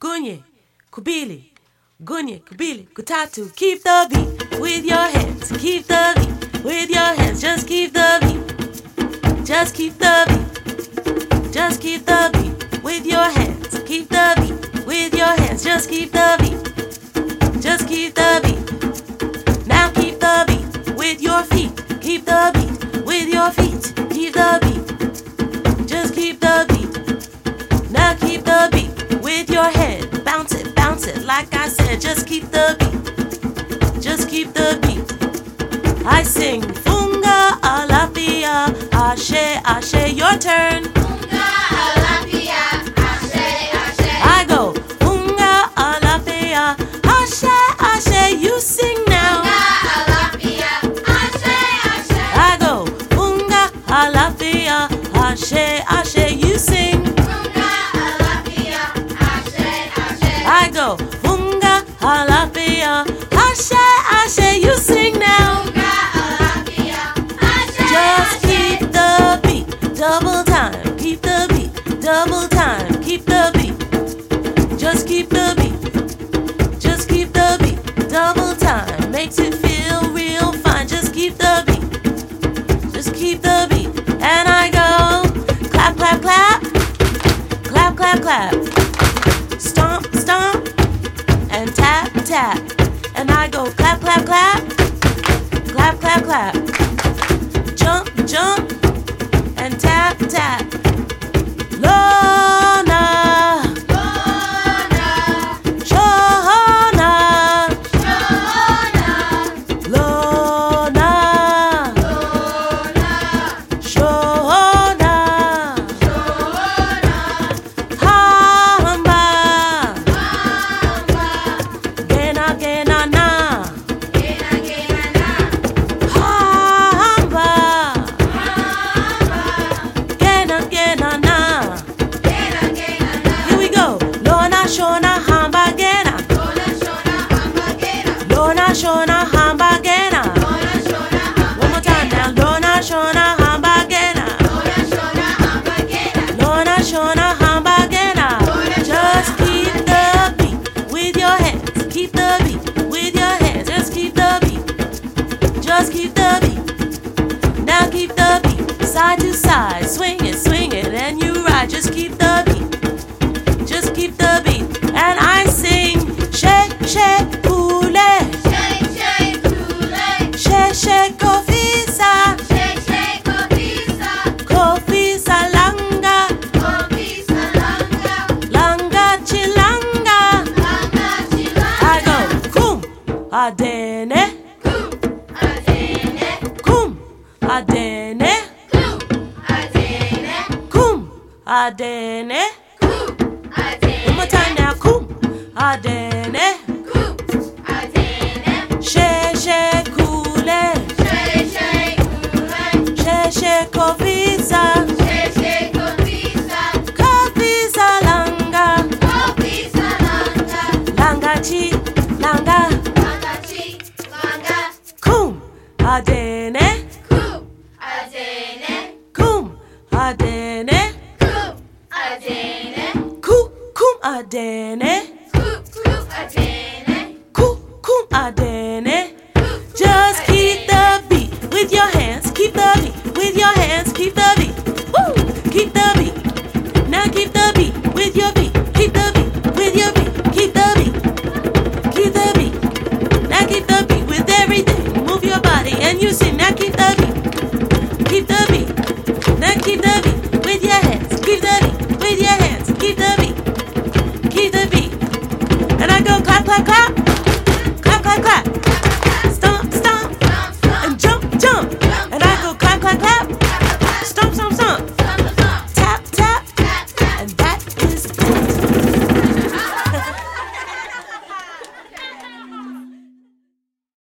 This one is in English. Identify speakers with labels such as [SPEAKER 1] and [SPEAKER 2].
[SPEAKER 1] Gunye, Kubili, Gunye, Kubili, Kutatu. Keep the beat with your hands. Keep the beat with your hands. Just keep the beat. Just keep the beat. Just keep the beat with your hands. Keep the beat with your hands. Just keep the beat. Just keep the beat. Now keep the beat with your feet. Keep the beat with your feet. Keep the beat. Just keep the beat. Now keep the beat with your head. Bounce it, bounce it. Like I said, just keep the beat. Just keep the beat. I sing Funga Alapia. Ashe, Ashe, your turn. I go Funga Alapia. Ashe, Ashe, you sing now. I go Funga Alapia. Ashe, Ashe, you sing. I go Funga Alapia. Ashe, Ashe, you sing now. Just keep the beat, double time. Keep the beat, double time. Keep the beat. Just keep the beat. Just keep the beat, double time. Makes it feel real fine. Just keep the beat. Just keep the beat. And I go clap, clap, clap. Clap, clap, clap. Stomp, stomp. And tap, tap. And I go clap, clap, clap. Clap, clap, clap jump, jump, and tap, tap. Lorna, Shona, Lorna, Shona, Hamba, Gena, Gena, Na, Hamba, Gena, Gena, Na. Here we go. Lorna, Shona, Hamba, Gena, Lorna, Shona, Hamba, Gena. One more time now. Lorna Shona Hambagena. Lorna Shona Hambagena. Just keep the beat with your hands. Keep the beat with your hands. Just keep the beat. Just keep the beat. Now keep the beat. Side to side. Swing it, swing it, and you ride. Just keep the beat. Just keep the beat. And I sing. Shake, shake, poulet. Shake, shake, coffee, sa. Coffee, sa, langa. Langa chilanga, I go kum adene, kum adene, kum adene. One more time now, kum adene, she she kule, she she kofisa, kofisa langa, langa chi, langa kum adene, kum adene, ku kum adene, ku kum adene. Just keep the beat with your hands. Keep the beat with your hands. Keep the beat. Woo! Keep the beat. Now keep the beat with your feet. Keep the beat with your feet. Keep the beat. Keep the beat. Now keep the beat with everything. Move your body and you sing. Now keep the beat. Keep the beat. Now keep the beat with your hands. Keep the beat with your hands. Keep the beat. Keep the beat. And I go clap, clap, clap.